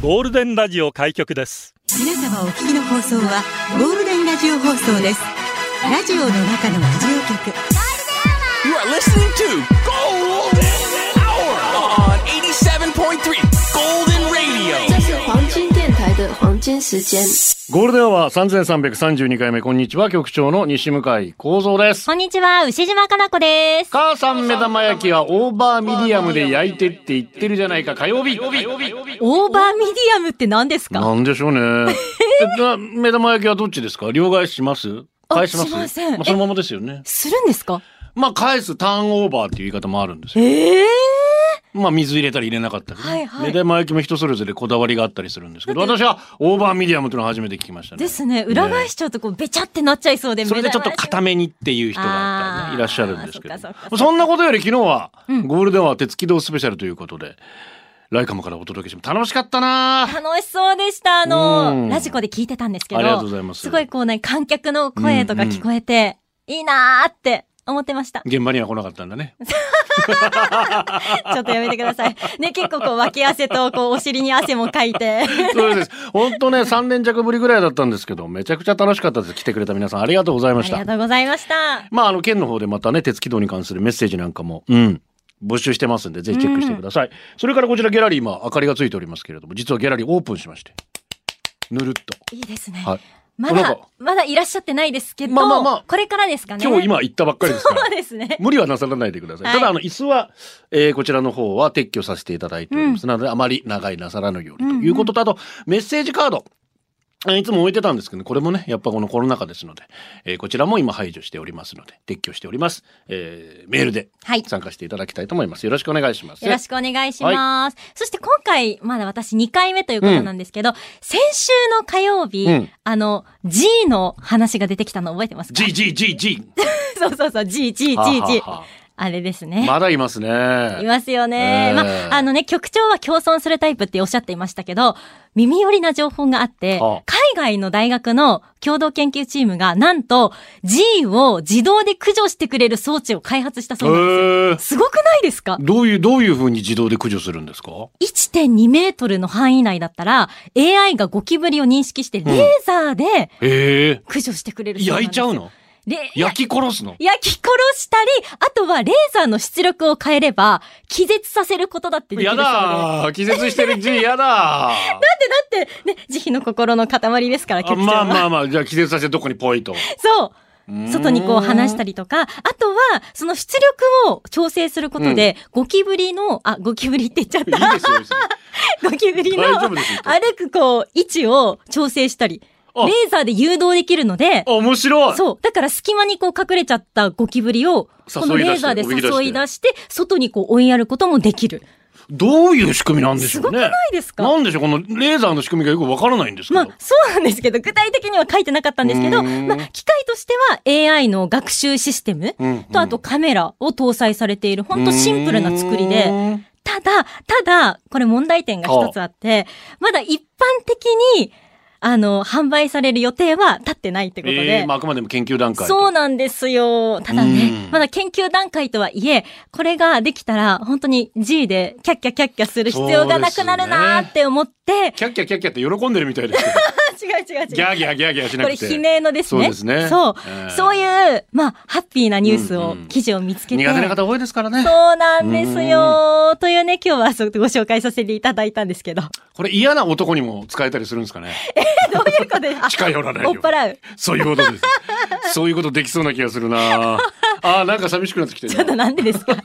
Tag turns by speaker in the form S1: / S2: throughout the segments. S1: ゴールデンラジオ開局です
S2: 皆様お聞きの放送はゴールデンラジオ放送ですラジオの中のラジオ局
S3: You are listening to Golden Hour on 87.3 Golden Radio.
S4: 这是黄金电台的黄金时间。
S5: ゴールデンは3332回目、こんにちは、局長の西向井幸三です。
S6: こんにちは、牛島かな子です。
S5: 母さん目玉焼きはオーバーミディアムで焼いてって言ってるじゃないか、火曜日。
S6: オーバーミディアムって何ですか
S5: なんでしょう ね。えな目玉焼きはどっちですか両替します
S6: あ
S5: 返します
S6: しません
S5: あ、そのままですよね。
S6: するんですか
S5: まあ、返すターンオーバーっていう言い方もあるんですよ。
S6: ええ
S5: まあ、水入れたり入れなかったりね、
S6: はいはい
S5: 目玉焼きも人それぞれこだわりがあったりするんですけど、私はオーバーミディアムというのは初めて聞きましたね。
S6: ですね、裏返しちゃうとこう、べちゃってなっちゃいそうで、
S5: それでちょっと
S6: 目玉
S5: 固めにっていう人がやっぱり
S6: あー
S5: ねいらっしゃるんですけど
S6: そっかそっ
S5: そんなことより昨日はゴールデンは鉄軌道スペシャルということで、ライカムからお届けしました楽しかったなー
S6: 楽しそうでした。あ
S5: うん
S6: の、ラジコで聞いてたんですけど。
S5: ありがとうございます
S6: ごいこうね、観客の声とか聞こえて、いいなーって思ってま した。
S5: 現場には来なかったんだね
S6: ちょっとやめてください。ね、結構こう、脇汗と、こう、お尻に汗もかいて。
S5: そうです本当ね3年弱ぶりぐらいだったんですけどめちゃくちゃ楽しかったです来てくれた皆さんありがとうござい
S6: あ
S5: まし
S6: り
S5: た
S6: がとうございました。
S5: まああの県の方でまたね鉄軌道に関するメッセージなんかもうん募集してますんでぜひチェックしてください、それからこちらギャラリー今明かりがついておりますけれども実はギャラリーオープンしましてぬるっと
S6: いいですね。
S5: はい
S6: ま
S5: なん
S6: だ
S5: か、
S6: まだいらっしゃってないですけど、
S5: まあまあまあ
S6: これからですかね。
S5: 今日今行ったばっかりですから
S6: そうですね。
S5: 無理はなさらないでください。
S6: はい
S5: ただ、あの、椅子は、えーこちらの方は撤去させていただいております。なので、あまり長いなさらぬようにということと、あと、メッセージカード。あいつも置いてたんですけど、これもね、やっぱこのコロナ禍ですので、えーこちらも今排除しておりますので、撤去しております。えーメールで
S6: はい
S5: 参加していただきたいと思います。よろしくお願いします。
S6: よろしくお願いします。そして今回、まだ私2回目ということなんですけど、先週の火曜日、
S5: うん
S6: あの、G の話が出てきたの覚えてますか
S5: G、G、G、G。
S6: そうそうそう、G、G、G、G
S5: ははは。
S6: あれですね。
S5: まだいます
S6: い
S5: ね。
S6: ますよ
S5: え
S6: ね。
S5: ー
S6: まあ、あのね、局長は共存するタイプっておっしゃっていましたけど、耳寄りな情報があって、
S5: あ
S6: 海外の大学の共同研究チームが、なんと G を自動で駆除してくれる装置を開発した
S5: え
S6: そうなんです
S5: ー
S6: よ。すごくないですか
S5: どういう、どういう風に自動で駆除するんですか
S6: 1.2メートルの範囲内だったら、AI がゴキブリを認識して、レーザーで
S5: ええ
S6: 駆除してくれるそうなん
S5: 焼
S6: です
S5: いちゃうの
S6: レ
S5: 焼き殺すの
S6: 焼き殺したり、あとはレーザーの出力を変えれば、気絶させることだってできる
S5: や
S6: そうです。だ
S5: だー気絶してる G や だ
S6: って、ね、慈悲の心の塊ですから、
S5: ーあ
S6: 局長は。
S5: まあまあまあじゃあ気絶させてどこにポイと
S6: そう。
S5: ーん
S6: 外にこう離したりとか、あとは、その出力を調整することで、ゴキブリの、あ、ゴキブリって言っちゃっ
S5: いいで
S6: た。
S5: すよ別に
S6: ゴキブリの
S5: 大丈
S6: 歩
S5: 夫ですよ
S6: くこう位置を調整したり、
S5: あ
S6: レーザーで誘導できるので、
S5: あ面白い
S6: そう。だから隙間にこう隠れちゃったゴキブリを、
S5: 誘い出して
S6: このレーザーで
S5: お
S6: 誘
S5: びき
S6: い
S5: 出
S6: 出して、外にこう追いやることもできる。
S5: どういう仕組みなんでしょうね
S6: すごくないですか
S5: なんでしょうこのレーザーの仕組みがよくわからないんですけど、
S6: まあ、そうなんですけど、具体的には書いてなかったんですけ
S5: う
S6: ど、
S5: ーん
S6: まあ、機械としては AI の学習システム
S5: うんうん
S6: と、あとカメラを搭載されている、ほんとシンプルな作り
S5: う
S6: で、
S5: ーん
S6: ただ、ただ、これ問題点が一つあって、まだ一般的に、あの、販売される予定は立ってないってことで。
S5: えーまあ、あくまでも研究段階と
S6: そうなんですよ。ただ
S5: う
S6: ね
S5: ん、
S6: まだ研究段階とはいえ、これができたら、本当に G でキャッキャキャッキャする必要がなくなるなーって思って、
S5: キャッキャキャッキャって喜んでるみたいですけど
S6: 違う違う違う。
S5: ギャーギャーギャーギャーしな
S6: こ
S5: く
S6: れ
S5: て
S6: 悲鳴のですね。
S5: そうですね
S6: そう。
S5: えー
S6: そういう、まあ、ハッピーなニュースを、
S5: うんうん
S6: 記事を見つけて。
S5: 苦手な方多いですからね
S6: そうなんですよ。というね、今日はそうご紹介させていただいたんですけど。
S5: これ嫌な男にも使えたりするんですかね
S6: どういうことですか
S5: 近寄らないよ
S6: 追っ払う。
S5: そういうことです。そういうことできそうな気がするな。あーなんか寂しくなってきて
S6: ちょっと
S5: るな。
S6: なんでですか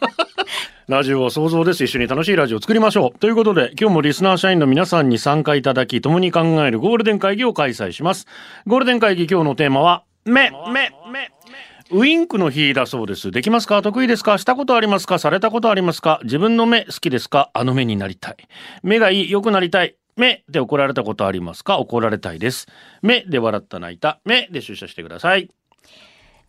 S5: ラジオは想像です。一緒に楽しいラジオを作りましょう。ということで、今日もリスナー社員の皆さんに参加いただき、共に考えるゴールデン会議を開催します。ゴールデン会議今日のテーマは、目、目、目。ウインクの日だそうです。できますか得意ですかしたことありますかされたことありますか自分の目好きですかあの目になりたい。目がいい、良くなりたい。目で怒られたことありますか怒られたいです。目で笑った泣いた。目で出社してください。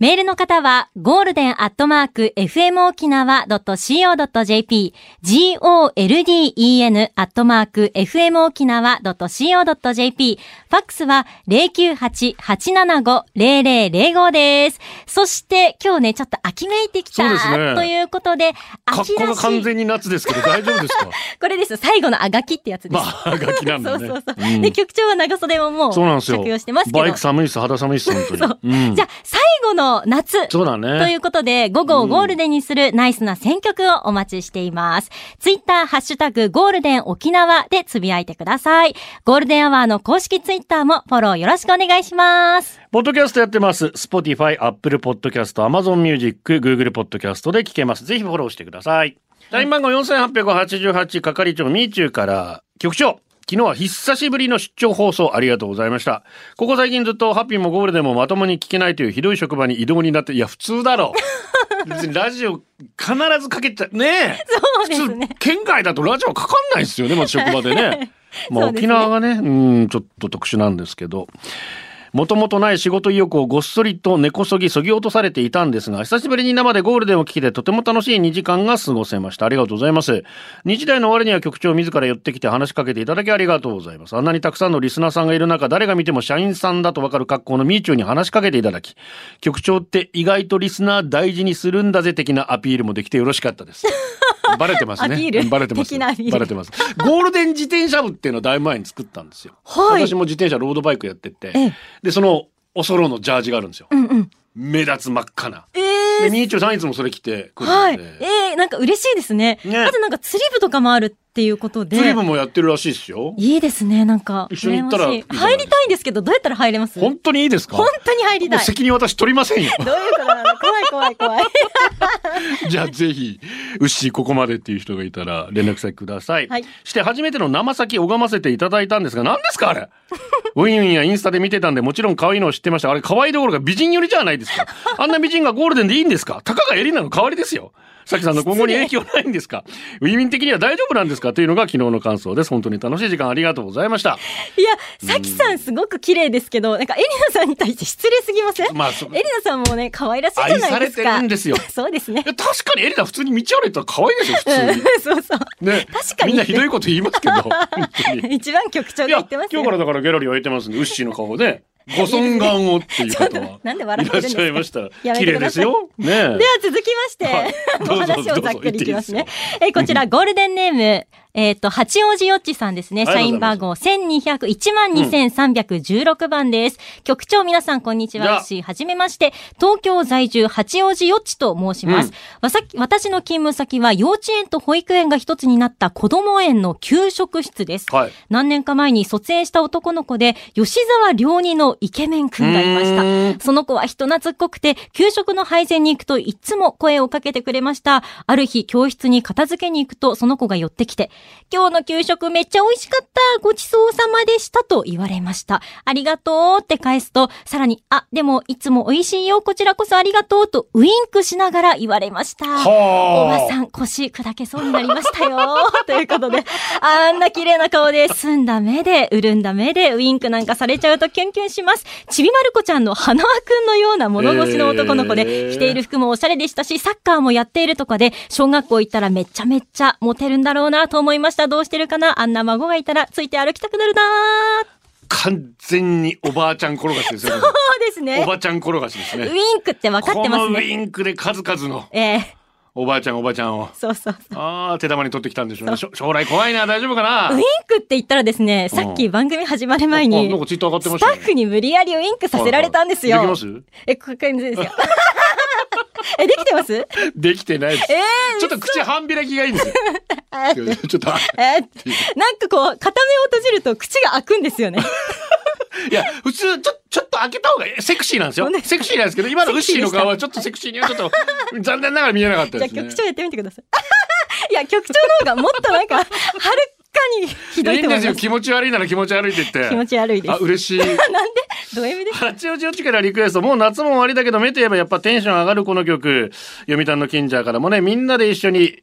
S6: メールの方は、ゴールデンアットマーク、fmokinawa.co.jp、golden アットマーク、fmokinawa.co.jp、ファックスは098-875-0005です。そして、今日ね、ちょっと秋めいてきた、
S5: そうですね
S6: ということで、
S5: 格
S6: 秋
S5: 好
S6: ら
S5: が
S6: し
S5: 完
S6: い。
S5: 全に夏ですけど、大丈夫ですか
S6: これです。最後のあがきってやつです。
S5: まあ、ガキなん
S6: そ
S5: だ
S6: う
S5: ね。
S6: そうそう。
S5: うん
S6: で、局長は長袖をもう
S5: そうなんですよ。
S6: 着用してますけど。
S5: バイク寒いっす、肌寒いっす、本当に。うん
S6: じゃあ、最後の夏
S5: そうだ
S6: とい
S5: ね。
S6: うことで、午後をゴールデンにするナイスな選曲をお待ちしています。ツイッター、ハッシュタグ、ゴールデン沖縄でつぶやいてください。ゴールデンアワーの公式ツイッターもフォローよろしくお願いします。
S5: ポッドキャストやってます。Spotify、Apple Podcast、Amazon Music、Google Podcast で聞けます。ぜひフォローしてください。社員番号4888係長みーちゅうから局長。昨日は久しぶりの出張放送ありがとうございました。ここ最近ずっとハッピーもゴールデンもまともに聞けないというひどい職場に移動になって、いや普通だろ う。別にラジオ必ずかけちゃ、ねえ。
S6: そうです
S5: 普
S6: ね
S5: 通。県外だとラジオかかんないですよね、まず職場でね。まあ、
S6: そうで
S5: 沖
S6: すね
S5: 縄がね、うん、ちょっと特殊なんですけど。もともとない仕事意欲をごっそりと根こそぎそぎ落とされていたんですが、久しぶりに生でゴールデンを聞きてとても楽しい2時間が過ごせました。ありがとうございます。日大の終わりには局長自ら寄ってきて話しかけていただきありがとうございます。あんなにたくさんのリスナーさんがいる中、誰が見ても社員さんだとわかる格好のみーちゅうに話しかけていただき、局長って意外とリスナー大事にするんだぜ的なアピールもできてよろしかった です。バレてますね。
S6: アピール
S5: バレてます。
S6: 的なアピール
S5: バレてます。ゴールデン自転車部っていうのをだいぶ前に作ったんですよ。
S6: はい
S5: 私も自転車ロードバイクやってて、
S6: ええ
S5: でそのおそろのジャージがあるんですよ、
S6: うんうん。
S5: 目立つ真っ赤な
S6: え
S5: で
S6: ー、
S5: みーちゅうさんいつもそれ着てくる
S6: は
S5: ん
S6: い。
S5: で、
S6: えー、なんか嬉しいですね。
S5: ね
S6: あとなんか釣り部とかもあるっていうことで。
S5: ズリブもやってるらしいですよ
S6: いいですね、なんか。
S5: 一緒に行ったら
S6: 羨まし
S5: いいじゃない
S6: 入りたいんですけど、どうやったら入れます
S5: 本当にいいですか
S6: 本当に入り
S5: もう
S6: たい。
S5: 責任私取りませんよ
S6: どういうことなの怖い怖い怖い。
S5: じゃあぜひうっしーここまでっていう人がいたら連絡先ください、
S6: はい
S5: して初めての生先拝ませていただいたんですが何ですかあれ ウィンウィンやインスタで見てたんでもちろん可愛いのを知ってましたあれ可愛いどころか美人寄りじゃない ですかあんな美人がゴールデンでいいんですかたかがエリナの代わりですよさきさんの今後に影響ないんです かウィンウィン的には大丈夫なんですかというのが昨日の感想です本当に楽しい時間ありがとうございま した
S6: いや、さきさんすごく綺麗ですけど、なんかエリナさんに対して失礼すぎません、
S5: まあそ
S6: エリナさんもね、可愛らしいじゃないですか。
S5: 愛されてるんですよ
S6: そうですね
S5: い。や確かにエリナ普通に道歩いたら可愛いでしょ 普通に
S6: うんそうそう。
S5: ね
S6: 確か
S5: み
S6: に
S5: んなひどいこと言います けど本当に
S6: 一番局長が
S5: い
S6: 言
S5: や、
S6: って
S5: 今
S6: ま
S5: 日
S6: すよ。。
S5: からだからギャラリー空いてますんで、ウッシーの顔で、ご尊顔をっていう方は
S6: なんで笑
S5: い
S6: っ
S5: ら
S6: て
S5: っ
S6: るん
S5: しゃいま
S6: で
S5: し
S6: すか
S5: た。
S6: やめ
S5: 綺麗
S6: てく
S5: で
S6: だ
S5: す
S6: さい
S5: よ。ねえ
S6: では続きまして、
S5: はいどう
S6: お
S5: ぞ
S6: 話をざっくりいきますね。えこちら、ゴールデンネーム、えっ、と、八王子よっちさんですね。
S5: ありが
S6: 社
S5: とうご
S6: 員
S5: ざいます
S6: 番号1200、12316番です。局長皆さん、こんにち
S5: いや
S6: は。私、はじめまして。東京在住、八王子よっちと申しま
S5: う
S6: す。
S5: ん
S6: わさき私の勤務先は、幼稚園と保育園が一つになった子供園の給食室です。
S5: はい。
S6: 何年か前に卒園した男の子で、吉沢良二のイケメン君がいまし
S5: うー
S6: た。 その子は人懐っこくて、給食の配膳に行くといつも声をかけてくれました。ある日、教室に片付けに行くと、その子が寄ってきて、今日の給食めっちゃ美味しかったごちそうさまでしたと言われました。ありがとうって返すと、さらに、あ、でもいつも美味しいよ、こちらこそありがとうとウインクしながら言われました。おば
S5: は
S6: さん、腰砕けそうになりましたよ。 ということで、あんな綺麗な顔で、澄んだ目で、潤んだ目で、ウインクなんかされちゃうとキュンキュンします。ちびまる子ちゃんの花輪くんのような物腰の男の子
S5: へー
S6: で、着ている服もおしゃれでしたし、サッカーもやっているとかで、小学校行ったらめちゃめちゃモテるんだろうなと思いました。どうしてるかなあんな孫がいたら、ついて歩きたくなるなー
S5: 完全におばあちゃん転がしですよ。
S6: そうです
S5: お
S6: ね。
S5: ばちゃん転がしです
S6: ウイ
S5: ね。
S6: ンクって分かってま
S5: こ
S6: す
S5: のウ
S6: ね。
S5: インクで数々の
S6: ええ
S5: おばあちゃんおばあちゃんを。
S6: そうそうそう。
S5: ああ、手玉に取ってきたんでしょうね。しょ将来怖いな、大丈夫か
S6: ウイ
S5: な
S6: ン。クって言ったらですね、さっ
S5: う
S6: き番組始まる前
S5: あ
S6: に、
S5: なんかツイッター上がってま
S6: ス
S5: した
S6: タ
S5: ね
S6: ッフに無理やりウインクさせられたんですよ。
S5: はいはいできま
S6: え、ここからですよ。 え、できてますえ
S5: すできてないです。
S6: え
S5: ちょっと口半開きがいいんです よ。
S6: ー
S5: ちょっと、
S6: えーなんかこう、片目を閉じると口が開くんですよね。
S5: いや、普通、ちょ、ちょっと開けた方がセクシーなんですよ
S6: そうね。
S5: セクシーなんですけど、今のウッシーの顔はちょっとセクシーにはちょっと、残念ながら見えなかった
S6: じ
S5: で
S6: ゃあ
S5: すね
S6: 局。長やってみてください。 いや、局長の方がもっとなんか、は るかにひど
S5: い
S6: い
S5: い
S6: と
S5: ん
S6: 思
S5: で
S6: い
S5: すよ。
S6: ます。
S5: 気持ち悪いなら気持ち悪いって言って。
S6: 気持ち悪いです
S5: あ、嬉しい。
S6: なんで、ド M です。
S5: 八王子よちからリクエスト。もう夏も終わりだけど、目といえばやっぱテンション上がるこの曲。読谷の近所からもね、みんなで一緒に、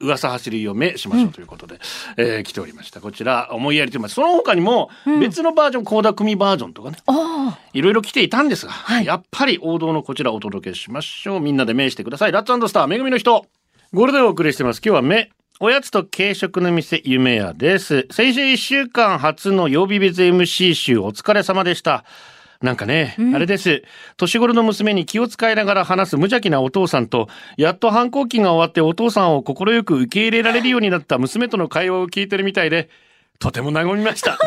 S5: 噂走るよ目しましょうということで、えー来ておりました。こちら、思いやりと言います。その他にも、別のバージョン、倖田組バージョンとかね、
S6: あ
S5: いろいろ来ていたんですが、
S6: はい
S5: やっぱり王道のこちらをお届けしましょう。みんなで名してください。ラッツスター、めぐみの人。ゴールデンをお送りしてます。今日は目。おやつと軽食の店、夢屋です。先週1週間初の曜日別 MC 集お疲れ様でした。なんかね、あれです。年頃の娘に気を使いながら話す無邪気なお父さんと、やっと反抗期が終わってお父さんを快く受け入れられるようになった娘との会話を聞いてるみたいで、とても和みました。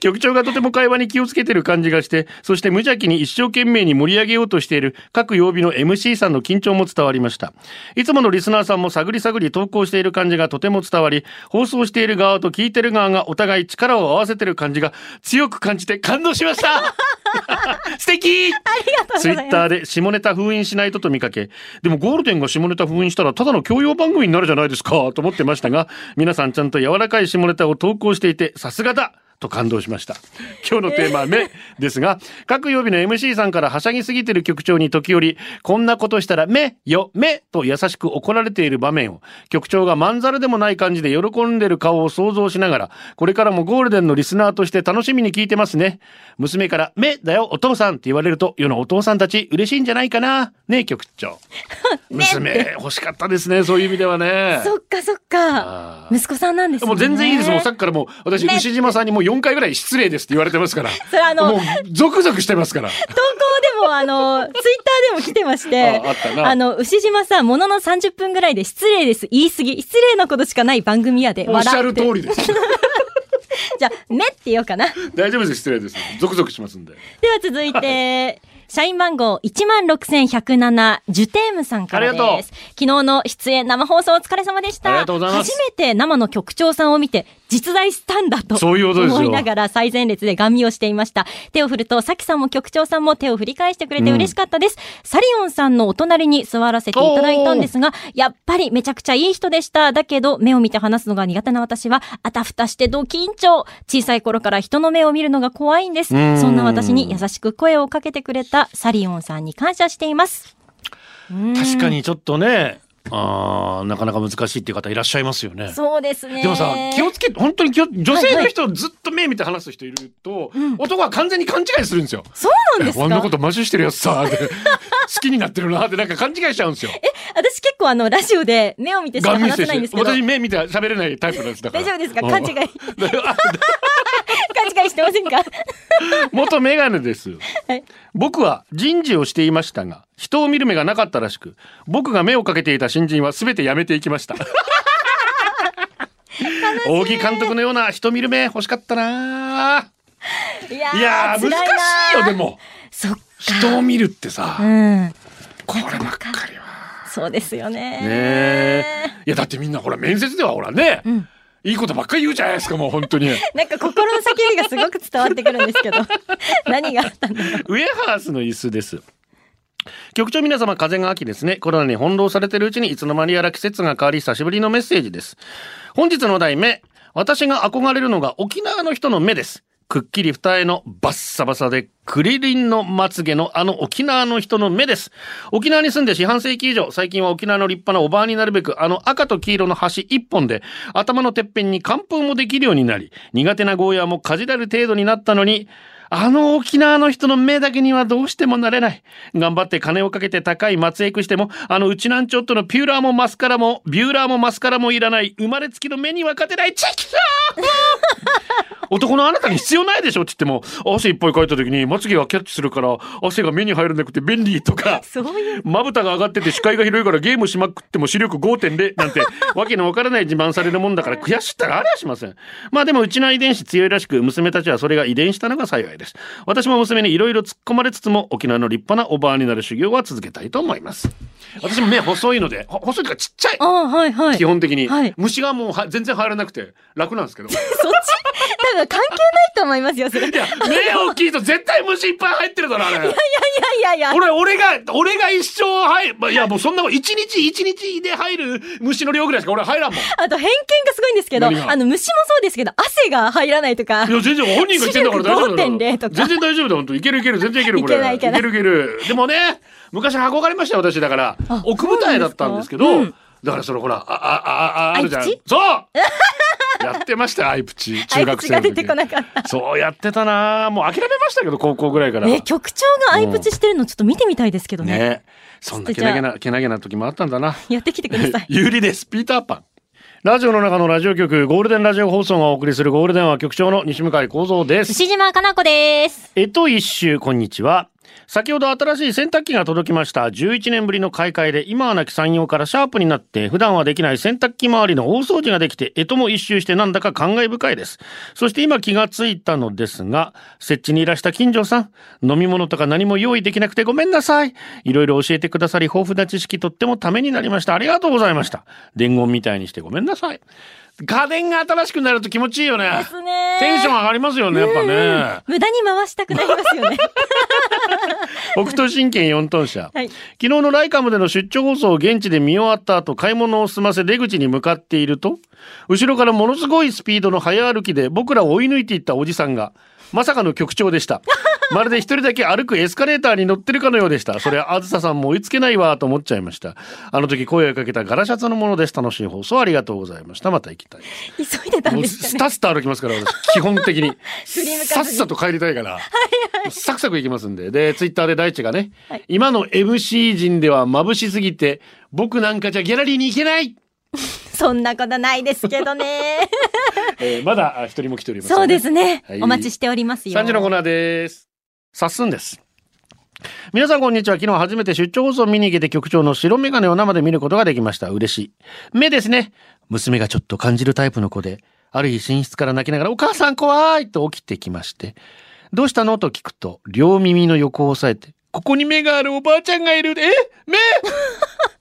S5: 局長がとても会話に気をつけてる感じがして、そして無邪気に一生懸命に盛り上げようとしている各曜日の MC さんの緊張も伝わりました。いつものリスナーさんも探り探り投稿している感じがとても伝わり、放送している側と聞いてる側がお互い力を合わせてる感じが強く感じて感動しました 素 敵
S6: あ
S5: ツイッターで下ネタ封印しないとと見かけ、でもゴールデンが下ネタ封印したらただの教養番組になるじゃないですかと思ってましたが、皆さんちゃんと柔らかい下ネタを投稿していて、さすがだと感動しました。今日のテーマは目ですが、各曜日の MC さんからはしゃぎすぎてる局長に時折、こんなことしたら目よ目と優しく怒られている場面を、局長がまんざらでもない感じで喜んでる顔を想像しながら、これからもゴールデンのリスナーとして楽しみに聞いてますね。娘から、目だよお父さんって言われると、世のお父さんたち嬉しいんじゃないかな。ねえ、局 長。娘、欲しかったですね、そういう意味ではね。
S6: そっかそっか
S5: あ。ー
S6: 息子さんなんですね。
S5: もう全然いいです。もうさっきからもう、私、
S6: ね
S5: 牛島さんにもう4回ぐらい失礼ですって言われてますから。
S6: それあの
S5: もう、ゾクゾクしてますから。
S6: 投稿でも、あの、ツイッターでも来てまして、
S5: ああったな
S6: の、牛島さん、ものの30分ぐらいで失礼です、言い過ぎ、失礼なことしかない番組やで、
S5: おっしゃ
S6: 笑
S5: る
S6: って
S5: 通りです。
S6: じゃあ、目って言おうかな。
S5: 大丈夫です、失礼です。ゾクゾクしますんで。
S6: では続いて、社員番号16107、ジュテームさんから
S5: ありがとう
S6: です。昨日の出演生放送お疲れ様でした。
S5: ありがとうございます
S6: 初めて生の局長さんを見て、実在したんだと
S5: そういうことですよ
S6: 思いながら最前列でガン見をしていました。手を振ると、さきさんも局長さんも手を振り返してくれて嬉しかったです。サリオンさんのお隣に座らせていただいたんですが、やっぱりめちゃくちゃいい人でした。だけど、目を見て話すのが苦手な私は、あたふたしてド緊張。小さい頃から人の目を見るのが怖いんです。
S5: うん
S6: そんな私に優しく声をかけてくれたサリオンさんに感謝しています。
S5: 確かにちょっとね、あーなかなか難しいっていう方いらっしゃいますよね。
S6: そうですね。
S5: でもさ、気をつけて、本当に気を女性の人ずっと目見て話す人いると、男は完全に勘違いするんですよ。
S6: そうなんです
S5: あんなこ
S6: か
S5: とマジしてるやつさ、って 好きになってるなってなんか勘違いしちゃうんですよ。
S6: 私結構あの、ラジオで目を見てしか
S5: 顔見
S6: 話
S5: せ
S6: せ
S5: る
S6: ないんですけど。
S5: 私目見て喋れないタイプなんですだから。
S6: 大丈夫ですか
S5: うん
S6: 勘違い。勘違いしてませんか
S5: 元メガネです、
S6: はい
S5: 僕は人事をしていましたが人を見る目がなかったらしく僕が目をかけていた新人は全てやめていきました大木監督のような人見る目欲しかったない
S6: や
S5: いやー
S6: 辛
S5: 難
S6: な
S5: しいよでも
S6: そっか。
S5: 人を見るってさ、
S6: うん。
S5: こればっかりは
S6: そうですよね。
S5: ねえいやだってみんなほら面接ではほらね、
S6: ん
S5: いいことばっかり言うじゃないですかもう本当に
S6: なんか心の叫びがすごく伝わってくるんですけ ど。何があったんだろ
S5: ウ
S6: う。
S5: ェハースの椅子です。局長皆様、風が秋ですね。コロナに翻弄されているうちにいつの間にやら季節が変わり、久しぶりのメッセージです。本日の題目、私が憧れるのが沖縄の人の目です。くっきり二重のバッサバサでクリリンのまつげのあの沖縄の人の目です。沖縄に住んで四半世紀以上、最近は沖縄の立派なおばあになるべくあの赤と黄色の端一本で頭のてっぺんに寒風もできるようになり、苦手なゴーヤーもかじられる程度になったのに、あの沖縄の人の目だけにはどうしてもなれない。頑張って金をかけて高い松江区しても、あのうちなんちょっとのピューラーもマスカラも、ビューラーもマスカラもいらない、生まれつきの目には勝てない、チェキだ男のあなたに必要ないでしょって言っても、汗いっぱいかいた時に、まつげがキャッチするから、汗が目に入らなくて便利とか。
S6: そういう。
S5: まぶたが上がってて視界が広いからゲームしまくっても視力5.0なんてわけのわからない自慢されるもんだから悔しいったらありゃしませんまあでもうちの遺伝子強いらしく娘たちはそれが遺伝したのが幸いです私も娘にいろいろ突っ込まれつつも沖縄の立派なおばあになる修行は続けたいと思います私も目細いのでほ細いからちっちゃい
S6: ああ、はいはい。
S5: 基本的に、
S6: はい
S5: 虫がもうは全然入らなくて楽なんですけどい
S6: そっち多分関係ないと思いますよ、それ。いや
S5: や目大きいと絶対虫いっぱい入ってるだろあれ
S6: いやいやいや。
S5: 俺、俺が、俺が一生入る、まあいや、もうそんなこと、一日一日で入る虫の量ぐらいしか俺入らん もん。い
S6: あと偏見がすごいんですけど、あ
S5: 何が
S6: の虫もそうですけど、汗が入らないとか。
S5: や、全然本人が言ってんだから大丈夫だよ。
S6: 視力5.0とか
S5: 全然大丈夫だよ、本当いけるいける、全然いける、これ。
S6: いけないいけない
S5: るいける。でもね、昔憧れましたよ、私。だから
S6: あ、
S5: 奥舞台だったんですけど、
S6: そうなんです
S5: だからそのほら、あ、あ、あ、あ、あるじゃん。
S6: ア
S5: そ
S6: イプチ
S5: う やってましたよ、アイプチ。中学生
S6: あ
S5: の
S6: いつが出てこ
S5: 時。
S6: なかった。
S5: そうやってたなもう諦めましたけど、高校ぐらいから。
S6: ね、局長が相口してるのちょっと見てみたいですけどね。
S5: ねそんなけなげな、けなげな時もあったんだな。。
S6: やってきてください
S5: 有利です。ピーターパン。ラジオの中のラジオ局、ゴールデンラジオ放送がお送りするゴールデンは局長の西向井幸三です。
S6: 牛島かな子です。
S5: えっと一周、こんにちは。先ほど新しい洗濯機が届きました。11年ぶりの買い替えで、今はなき山陽からシャープになって、普段はできない洗濯機周りの大掃除ができて、えとも一周してなんだか感慨深いです。そして今気がついたのですが、設置にいらした近所さん、飲み物とか何も用意できなくてごめんなさい。いろいろ教えてくださり、豊富な知識とってもためになりました。ありがとうございました。伝言みたいにしてごめんなさい。家電が新しくなると気持ちいいよね。
S6: ですね。
S5: テンション上がりますよね、やっぱね。
S6: 無駄に回したくなります よね。
S5: 北斗神拳4トン車、
S6: はい
S5: 昨日のライカムでの出張放送を現地で見終わった後買い物を済ませ出口に向かっていると後ろからものすごいスピードの早歩きで僕らを追い抜いていったおじさんがまさかの局長でした まるで一人だけ歩くエスカレーターに乗ってるかのようでしたそれはあずささんも追いつけないわと思っちゃいましたあの時声をかけたガラシャツのものです楽しい放送ありがとうございましたまた行きたいです
S6: 急いでたん
S5: もう
S6: です
S5: ス
S6: かね。
S5: タスタ歩きますから私基 本的に
S6: 振り向かずに
S5: さっさと帰りたいからサクサク行きますんででツイッターで大地がね、今の MC 陣では眩しすぎて僕なんかじゃギャラリーに行けない、
S6: そんなことないですけどね。
S5: えーまだあ一人も来ております、
S6: そうですね
S5: はい。
S6: お待ちしておりますよ。
S5: 3時のコーナーです。さっすんです。皆さんこんにちは。昨日初めて出張放送を見に行けて局長の白眼鏡を生で見ることができました。嬉しい。目ですね。娘がちょっと感じるタイプの子で、ある日寝室から泣きながら、お母さん怖いと起きてきまして、どうしたのと聞くと、両耳の横を押さえて、ここに目があるおばあちゃんがいる。え目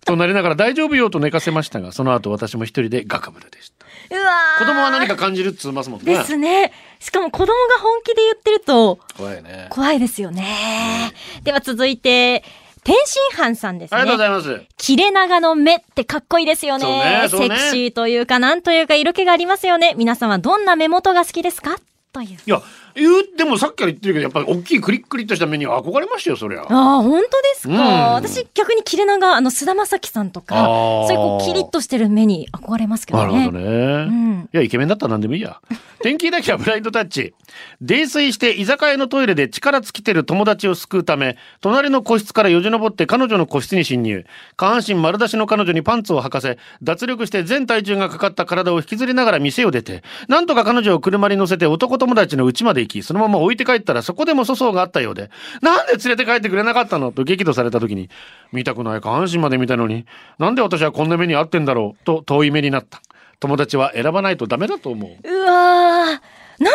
S5: となりながら大丈夫よと寝かせましたが、その後私も一人でガカブルでした。
S6: うわー
S5: 子供は何か感じるっつうますもんね。
S6: ですね。しかも子供が本気で言ってると
S5: 怖いね。
S6: 怖いですよね。では続いて、天津飯さんです
S5: ありがとうござ
S6: ね。
S5: います。
S6: 切れ長の目ってかっこいいですよね。
S5: そうねそうね
S6: セクシーというか、なんというか色気がありますよね。皆さんはどんな目元が好きですかという。
S5: いや、言う、でもさっきから言ってるけど、やっぱり大きいクリックリとした目には憧れましたよ、そりゃ。
S6: ああ、本当です
S5: うん
S6: か。私、逆に切れ長、あの、菅田将暉さんとか、
S5: あー
S6: そういうこう、キリッとしてる目に憧れますけど
S5: なる
S6: ね。
S5: ほどね。
S6: ん
S5: いや、イケメンだったら何でもいいや。天気だけはブラインドタッチ。泥酔して居酒屋のトイレで力尽きてる友達を救うため、隣の個室からよじ登って彼女の個室に侵入。下半身丸出しの彼女にパンツを履かせ、脱力して全体重がかかった体を引きずりながら店を出て、なんとか彼女を車に乗せて男友達の家まで行き、そのまま置いて帰ったらそこでも粗相があったようで、なんで連れて帰ってくれなかったのと激怒された時に、見たくない下半身まで見たのに、なんで私はこんな目に遭ってんだろうと遠い目になった。友達は選ばないとダメだと思う。
S6: うわーな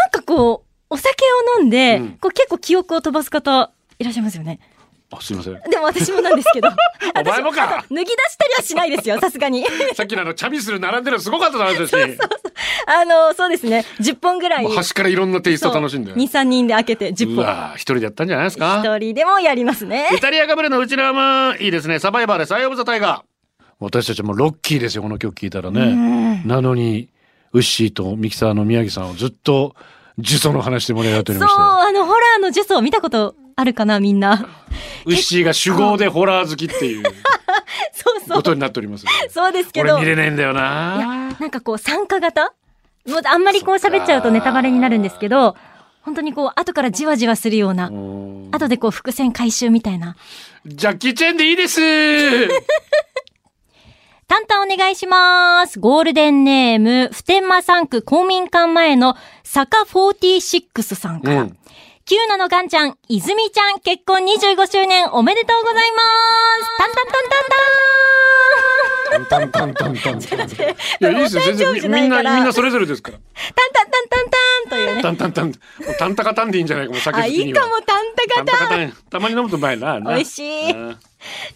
S6: んかこう、お酒を飲んで、
S5: うん
S6: こう結構記憶を飛ばす方、いらっしゃいますよね。
S5: あ、すいません。
S6: でも私もなんですけ ど。
S5: お前もか
S6: 脱ぎ出したりはしないですよ、さすがに。
S5: さっきのあの、チャミスル並んでるのすごかった話ですし、
S6: あの、そうですね。10本ぐらい。
S5: もう端からいろんなテイスト
S6: そう
S5: 楽しんで。
S6: 2、3人で開けて10
S5: う
S6: 本。
S5: わぁ一人でやったんじゃないですか
S6: 一人でもやりますね。
S5: イタリアかぶれのうちのまいいですね。サバイバーです。アイオブザタイガー。私たちもロッキーですよ、この曲聴いたらね。なのに、ウッシーとミキサーの宮城さんをずっと、呪詛の話で盛り上がっており
S6: そ
S5: ま
S6: う、
S5: した。
S6: あの、ホラーのジェスを見たことあるかな、みんな。
S5: ウッシーが主語でホラー好きっていう
S6: そうそ
S5: こ
S6: う。
S5: とになっております。
S6: そう ですけ
S5: 俺
S6: ど。
S5: 見れないんだよ
S6: い
S5: な
S6: や、なんかこう、参加型もうあんまりこう喋っちゃうとネタバレになるんですけど、本当にこう、後からじわじわするような、後でこう、伏線回収みたいな。
S5: ジャッキー・チェンでいい ですあ
S6: タンタンお願いします。ゴールデンネーム、普天間産区公民館前の坂46さんから。
S5: うん
S6: キューナのガンちゃん、泉ちゃん、結婚25周年おめでとうございます。タンタンタンタンタン
S5: タンタンタンタ ンタン。いや、いいですよ、
S6: お誕
S5: 全
S6: 生
S5: 然。
S6: 日
S5: みみん
S6: ないから
S5: な、みんなそれぞれですから。
S6: タンタンタンタンタンというね。
S5: タンタンタン。もうタンタカタンでいいんじゃないかも、酒好
S6: あ、
S5: きには。
S6: いいかも、タン
S5: タ
S6: タ
S5: ン
S6: カ
S5: タ
S6: タ
S5: カ
S6: ン。
S5: タン。たまに飲むとうまいな。な
S6: 美味しい
S5: うん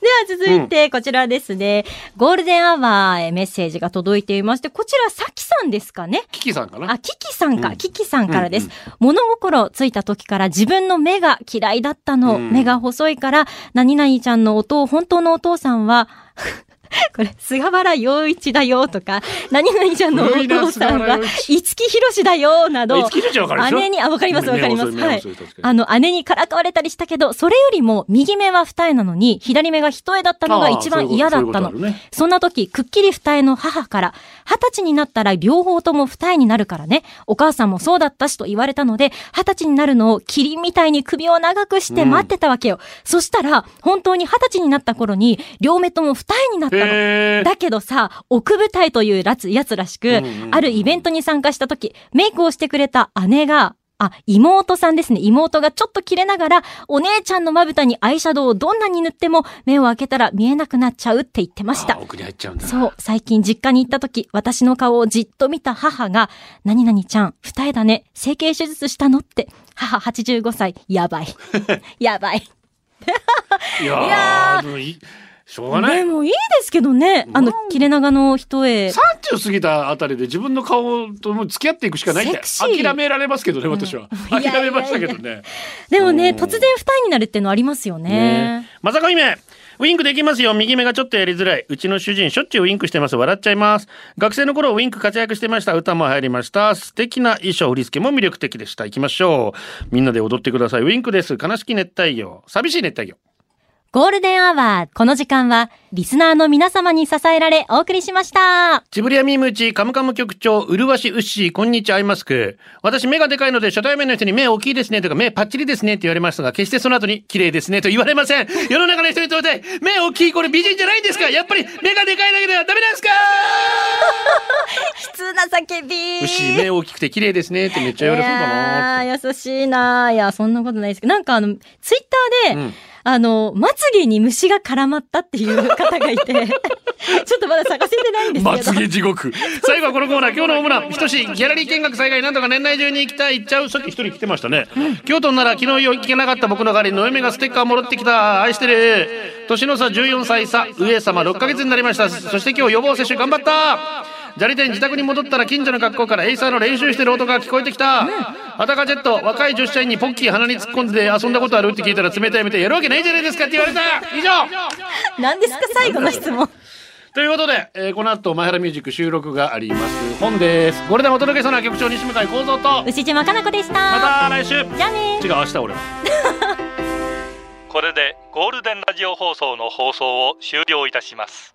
S6: では続いて、こちらですね、ゴールデンアワーへメッセージが届いていまして、こちら、さきさんですかね。
S5: キキさんかな
S6: あ、キキさんか、
S5: うん
S6: キキさんからです。物心ついた時から自分の目が嫌いだったの、
S5: うん
S6: 目が細いから、何々ちゃんのお父、本当のお父さんは、 これ、菅原洋一だよとか、何々ちゃんのお父さんは、五木ひろしだよなど、
S5: 五木ひろしはわかるでしょ
S6: 姉に、あ、わかりますわかります。
S5: 目が
S6: はい
S5: 細い目が細い確。か
S6: あの、姉にからかわれたりしたけど、それよりも、右目は二重なのに、左目が一重だったのが
S5: あ
S6: 一
S5: あ
S6: 番
S5: そういうこと
S6: 嫌だ
S5: そ
S6: った
S5: ういうことあ
S6: の
S5: るね。
S6: そんな時、くっきり二重の母から、二十歳になったら両方とも二重になるからね、お母さんもそうだったしと言われたので、二十歳になるのをキリンみたいに首を長くして待ってたわけよ。そしたら、本当に二十歳になった頃に、両目とも二重になった
S5: へー
S6: の。だけどさ、奥舞台というやつやつらしく、あるイベントに参加した時、メイクをしてくれた姉が、あ、妹さんですね。妹がちょっと切れながら、お姉ちゃんのまぶたにアイシャドウをどんなに塗っても、目を開けたら見えなくなっちゃうって言ってました
S5: あ。奥に入っちゃうんだ。
S6: そう、最近実家に行った時、私の顔をじっと見た母が、何々ちゃん、二重だね、整形手術したのって、母85歳、やばい。やばい。
S5: いや
S6: いやー
S5: ーでもいいしょうがな
S6: で
S5: い。
S6: もいいですけどね、あの、切れ長の一重。
S5: 30過ぎたあたりで自分の顔ともう付き合っていくしかないっ
S6: セ
S5: て
S6: クシー
S5: 諦められますけどね私は、
S6: いやいやい
S5: 諦
S6: や
S5: めましたけどね
S6: でもね、
S5: うん
S6: 突然二重になるってのありますよね。
S5: まさか姫ウインクできますよ右目がちょっとやりづらいうちの主人しょっちゅうウインクしてます笑っちゃいます学生の頃ウインク活躍してました歌も入りました素敵な衣装振り付けも魅力的でした行きましょうみんなで踊ってくださいウインクです悲しき熱帯魚寂しい熱帯魚
S6: ゴールデンアワー、この時間は、リスナーの皆様に支えられお送りしました。
S5: ジブリアミームうちカムカム局長うるわしうっしーこんにちはアイマスク私目がでかいので初対面の人に目大きいですねとか目パッチリですねって言われましたが決してその後に綺麗ですねと言われません世の中の人にとって目大きいこれ美人じゃないんですかやっぱり目がでかいだけではダメなんですか
S6: 普通な叫び。
S5: うっしー目大きくて綺麗ですねってめっちゃ言われそうだなーって
S6: いやー優しいなーいや、そんなことないですけど、なんかあの、ツイッターで、
S5: うん
S6: あの、まつげに虫が絡まったっていう方がいて、 ちょっとまだ探せてないんですけど。
S5: まつげ地獄 最後はこのコーナー今日のオムラン等しいギャラリー見学災害なんとか年内中に行きたい行っちゃうさっき一人来てましたね、京都なら昨日よ行けなかった僕の代わりにノエメがステッカーもらってきた愛してる年の差14歳差上様6ヶ月になりましたそして今日予防接種頑張った砂利店自宅に戻ったら近所の学校からエイサーの練習してる音が聞こえてきた、アタカジェット若い女子社員にポッキー鼻に突っ込んで遊んだことあるって聞いたら冷たい目でやるわけないじゃないですかって言われた以上
S6: 何ですか最後の質問。
S5: ということで、えーこの後マイハラミュージック収録があります本ですこれでお届けそうな局長西向井光三とま
S6: 牛島かな子でした。
S5: た来週違う
S6: じゃあねー。
S5: 明日俺は
S1: これでゴールデンラジオ放送の放送を終了いたします